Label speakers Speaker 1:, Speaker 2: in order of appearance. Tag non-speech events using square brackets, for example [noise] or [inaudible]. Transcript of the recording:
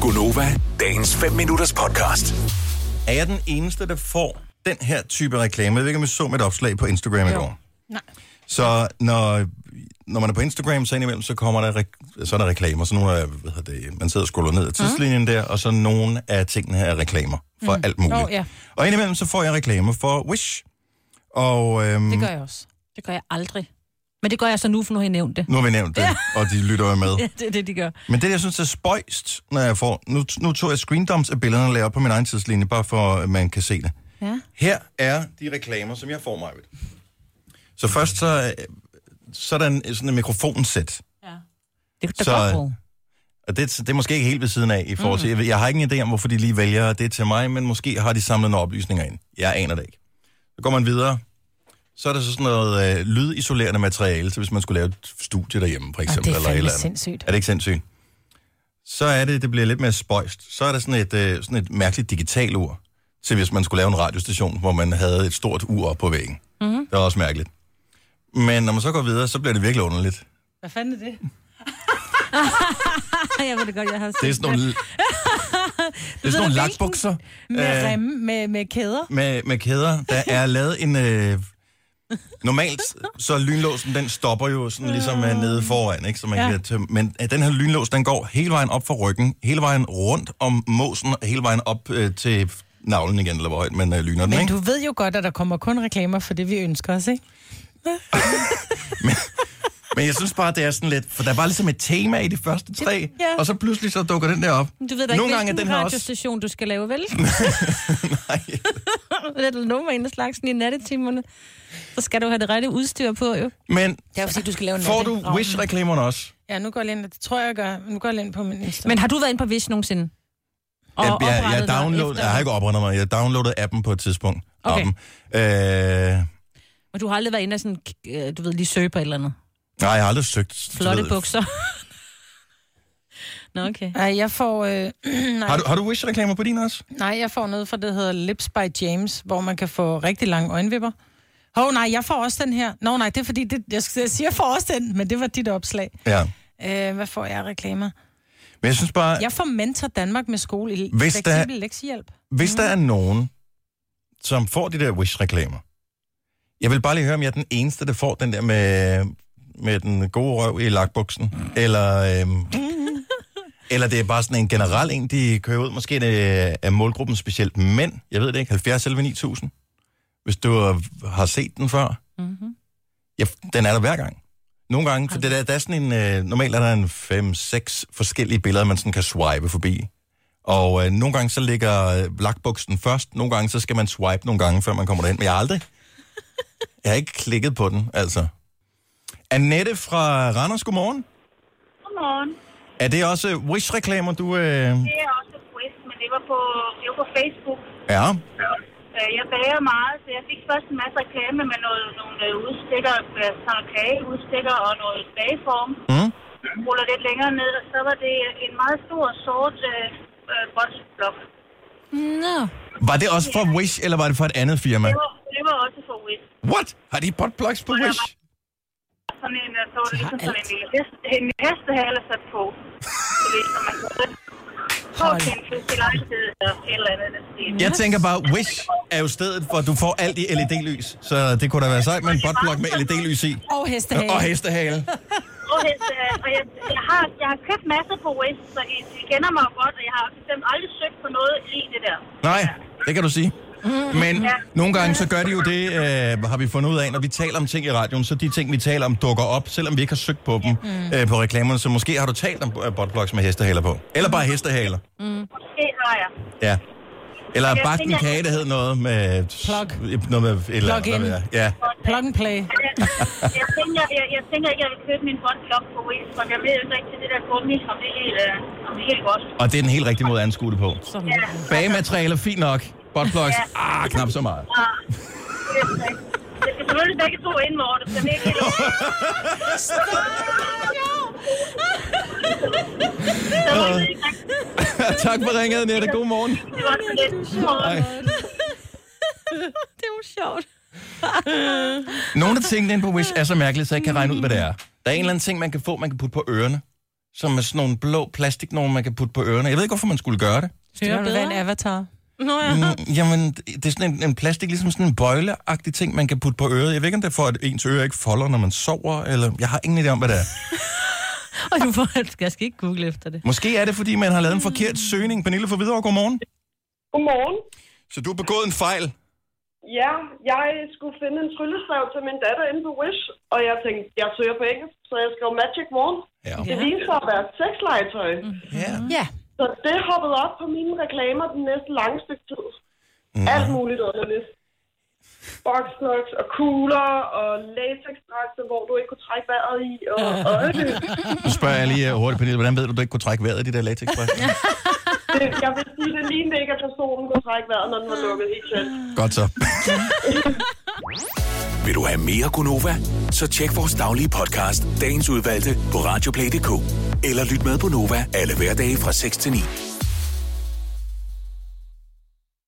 Speaker 1: Gunova, dagens 5 minutters podcast.
Speaker 2: Er jeg den eneste, der får den her type reklame? Jeg ved ikke, om I så mit opslag på Instagram i går.
Speaker 3: Nej.
Speaker 2: Så når, når man er på Instagram, så indimellem, så kommer der, re- så er der reklamer. Så nogle af, hvad hedder det, man sidder og scroller
Speaker 3: Mhm.
Speaker 2: ned ad tidslinjen der, og så nogle af tingene her er reklamer for alt muligt.
Speaker 3: Åh, Mhm. ja.
Speaker 2: Og indimellem, så får jeg reklamer for Wish. Og øhm,
Speaker 3: Det gør jeg også.
Speaker 4: Det gør jeg aldrig. Men det gør jeg så nu, for nu har I nævnt det.
Speaker 2: nu har vi nævnt det, og de lytter jo
Speaker 3: [laughs]
Speaker 2: med.
Speaker 4: [laughs] Ja, det er det, de gør.
Speaker 2: Men det, jeg synes er spøjst, når jeg får... Nu, nu tog jeg screendumps af billederne og lavede op på min egen tidslinje, bare for at man kan se det.
Speaker 4: Ja.
Speaker 2: Her er de reklamer, som jeg får mig ved. Så først så, øh, så er der en, sådan en mikrofonsæt.
Speaker 4: Det kan du
Speaker 2: Så- øh,
Speaker 4: da godt bruge.
Speaker 2: Og det, det er måske ikke helt ved siden af i forhold til... Mm. Jeg har ingen idé om, hvorfor de lige vælger det til mig, men måske har de samlet nogle oplysninger ind. Jeg aner det ikke. Så går man videre. Så er der så sådan noget øh, lydisolerende materiale, så hvis man skulle lave et studie derhjemme, for
Speaker 3: Og
Speaker 2: eksempel.
Speaker 3: det er
Speaker 2: eller et
Speaker 3: fandme
Speaker 2: eller andet.
Speaker 3: sindssygt.
Speaker 2: Er det ikke sindssygt? Så er det, det bliver lidt mere spøjst. Så er der sådan et, øh, sådan et mærkeligt digitalt ur, til hvis man skulle lave en radiostation, hvor man havde et stort ur op på væggen. Mm-hmm. Det er også mærkeligt. Men når man så går videre, så bliver det virkelig underligt.
Speaker 3: Hvad fanden er det?
Speaker 4: Ej, [laughs] jeg ved det godt, jeg har
Speaker 2: Det er sådan nogle, det er sådan nogle
Speaker 3: hvilken?
Speaker 2: lakbukser
Speaker 3: Med
Speaker 2: Øh.
Speaker 3: remme, med, med kæder.
Speaker 2: med, med kæder. Der er lavet en... Øh, normalt, så lynlåsen, den stopper jo sådan ligesom øh, nede foran, ikke? Så man ja.
Speaker 3: Ja.
Speaker 2: kan tømme. Men øh, den her lynlås, den går hele vejen op for ryggen, hele vejen rundt om måsen, og hele vejen op øh, til navlen igen, eller hvor højt man øh, lyner den,
Speaker 3: Men
Speaker 2: ikke?
Speaker 3: du ved jo godt, at der kommer kun reklamer for det, vi ønsker os, ikke?
Speaker 2: Men jeg synes bare, det er sådan lidt... For der var ligesom et tema i de første tre, ja.
Speaker 3: Ja.
Speaker 2: og så pludselig så dukker den der op.
Speaker 4: Du ved da ikke,
Speaker 2: Nogle gange er
Speaker 4: hvilken
Speaker 2: den her også...
Speaker 4: radiostation, du skal lave, vel?
Speaker 2: [laughs]
Speaker 4: [laughs]
Speaker 2: Nej.
Speaker 4: det er der nummer en af slagsen i nattetimerne. Så skal du have det rette udstyr på, jo.
Speaker 2: Men
Speaker 3: Det er fordi, du skal lave
Speaker 2: får du Wish-reklamerne også?
Speaker 3: Ja, nu går jeg lige ind, det tror jeg, jeg gør. Nu går jeg lige ind på min Insta.
Speaker 4: Men har du været inde på Wish nogensinde? Og
Speaker 2: jeg, jeg, jeg,
Speaker 4: oprettet dig
Speaker 2: download,
Speaker 4: efter-
Speaker 2: jeg har ikke oprettet mig. Jeg downloadede appen på et tidspunkt.
Speaker 4: Okay.
Speaker 2: Appen. Øh,
Speaker 4: Men du har aldrig været inde og sådan, øh, du ved, lige søge på et eller andet.
Speaker 2: nej, jeg har aldrig søgt. du
Speaker 4: Flotte
Speaker 2: ved.
Speaker 4: bukser. [laughs] Nå, okay.
Speaker 3: Nej, jeg får, øh, [clears throat]
Speaker 2: Har du, har du Wish-reklamer på din også?
Speaker 3: nej, jeg får noget fra det, der hedder Lips by James, hvor man kan få rigtig lange øjenvipper. Hov, nej, jeg får også den her. Nå, nej, det er fordi, det, jeg skal sige, jeg får også den, men det var dit opslag.
Speaker 2: Ja.
Speaker 3: Øh, hvad får jeg af reklamer?
Speaker 2: Men jeg synes bare,
Speaker 3: Jeg får Mentor Danmark med skole i
Speaker 2: Hvis der-
Speaker 3: fleksibel lektiehjælp.
Speaker 2: hvis der er nogen, som får de der Wish-reklamer, jeg vil bare lige høre, om jeg er den eneste, der får den der med, med den gode røv i lakbuksen, eller... Øhm, eller det er bare sådan en generel en, de kører ud. Måske er det er målgruppen specielt mænd. Jeg ved det ikke. 70 eller 9000. Hvis du har set den før.
Speaker 4: Mm-hmm.
Speaker 2: Ja, den er der hver gang. Nogle gange, for det der, der er sådan en, øh, normalt er der en 5-6 forskellige billeder, man sådan kan swipe forbi. Og øh, nogle gange så ligger øh, lakbuksen først, nogle gange så skal man swipe nogle gange, før man kommer derhen. Men jeg har aldrig, jeg har ikke klikket på den, altså. Annette fra Randers, godmorgen.
Speaker 5: Godmorgen.
Speaker 2: Er det også øh, Wish-reklamer, du øh,
Speaker 5: Det er også et quiz, men det var på, det var på Facebook.
Speaker 2: er?
Speaker 5: Øh, Jeg bager meget, så jeg fik først en masse reklame med noget, nogle øh, udstikker, øh, sådan noget kageudstikker og noget bageform.
Speaker 2: Mm?
Speaker 5: Ruller lidt længere ned, og så var det en meget stor sort øh, øh, botsblok.
Speaker 4: Nå.
Speaker 2: Var det også fra Wish, eller var det fra et andet firma?
Speaker 5: Det var, det var også for quiz.
Speaker 2: What? Har de buttplugs på Wish?
Speaker 5: Sådan en, øh, så var det
Speaker 4: De har
Speaker 5: ligesom sådan en
Speaker 4: alt.
Speaker 5: lille hest, en hestehale sat på. Så ligesom man kunne få til en fest i lejlighed eller et eller andet. den stil.
Speaker 2: Jeg tænker bare, Wish er jo stedet, hvor du får alt i LED-lys. Så det kunne da være sejt med en botblok med LED-lys i.
Speaker 3: Og hestehale.
Speaker 2: Og hestehale.
Speaker 5: Og, hestehale. og jeg, jeg, har, jeg har købt masser på Wish, så I, I kender mig jo godt, og jeg har bestemt aldrig søgt på noget i det der.
Speaker 2: Nej, det kan du sige. Men nogle gange så gør de jo det, øh, har vi fundet ud af, når vi taler om ting i radioen, så de ting, vi taler om, dukker op, selvom vi ikke har søgt på dem
Speaker 3: Mm.
Speaker 2: øh, på reklamerne. Så måske har du talt om øh, botblocks med hestehaler på. Eller bare hestehaler.
Speaker 5: Det har jeg.
Speaker 2: Ja. Eller
Speaker 5: Jeg
Speaker 2: bagt en
Speaker 5: tænker-
Speaker 2: kage, der hed noget med...
Speaker 3: Plug.
Speaker 2: Noget med et eller
Speaker 3: Plug
Speaker 2: andet.
Speaker 3: in.
Speaker 2: der. Ja.
Speaker 3: Plug and play.
Speaker 5: Jeg, jeg, tænker, jeg, jeg tænker ikke, at jeg vil købe min botblok på Wish, for jeg ved jo ikke rigtig det der gummi, om det er helt, øh, om det er helt godt.
Speaker 2: Og det er den helt rigtige måde at anskue det på.
Speaker 4: Sådan.
Speaker 5: Ja.
Speaker 2: Bagematerialer, fint nok. Botblocks, ah, knap så meget. [laughs]
Speaker 5: og- Jeg skal selvfølgelig begge to ind, hvor det skal ikke helt... Så var det ikke rigtig-
Speaker 2: tak for ringet, Nette. God morgen.
Speaker 5: det var så lidt.
Speaker 2: Hej.
Speaker 4: Det er jo sjovt.
Speaker 2: Nogle af tingene inde på Wish er så mærkelige, så jeg ikke kan regne ud, hvad det er. Der er en eller anden ting, man kan få, man kan putte på ørerne, som er sådan nogle blå plastik, nogen man kan putte på ørerne. Jeg ved ikke, hvorfor man skulle gøre det.
Speaker 3: Hører
Speaker 4: Hører
Speaker 3: bedre en
Speaker 4: bedre.
Speaker 3: avatar.
Speaker 4: Nå ja.
Speaker 2: Mm, jamen, det er sådan en, en plastik, ligesom sådan en bøjleagtig ting, man kan putte på øret. Jeg ved ikke, om det er for, at ens øre ikke folder, når man sover, eller jeg har ingen idé om, hvad det er.
Speaker 4: Og du får, jeg skal ikke google efter det.
Speaker 2: Måske er det, fordi man har lavet en forkert søgning. Pernille for videre, godmorgen.
Speaker 6: Godmorgen.
Speaker 2: Så du har begået en fejl.
Speaker 6: Ja, jeg skulle finde en tryllestav til min datter inde på Wish, og jeg tænkte, jeg søger på engelsk, så jeg skrev Magic Wand.
Speaker 2: Ja.
Speaker 6: Det viste sig at være sexlegetøj. Mm.
Speaker 2: ja.
Speaker 3: Ja.
Speaker 6: Så det hoppede op på mine reklamer den næste lange stykke tid. Mm. Alt muligt underligt. Boxnox og kugler og latexdragter, hvor du ikke kunne trække vejret i. Og, og
Speaker 2: Nu spørger jeg lige øh, hurtigt, Pernille, hvordan ved du, du ikke kunne trække vejret i de der latex
Speaker 6: det, jeg vil sige, det lignede ikke, at personen kunne trække vejret, når den var lukket helt tæt.
Speaker 2: Godt så.
Speaker 1: Vil du have mere Gunova? Så tjek vores daglige podcast, dagens udvalgte, på radioplay.dk. Eller lyt med på Nova alle hverdage fra 6 til 9.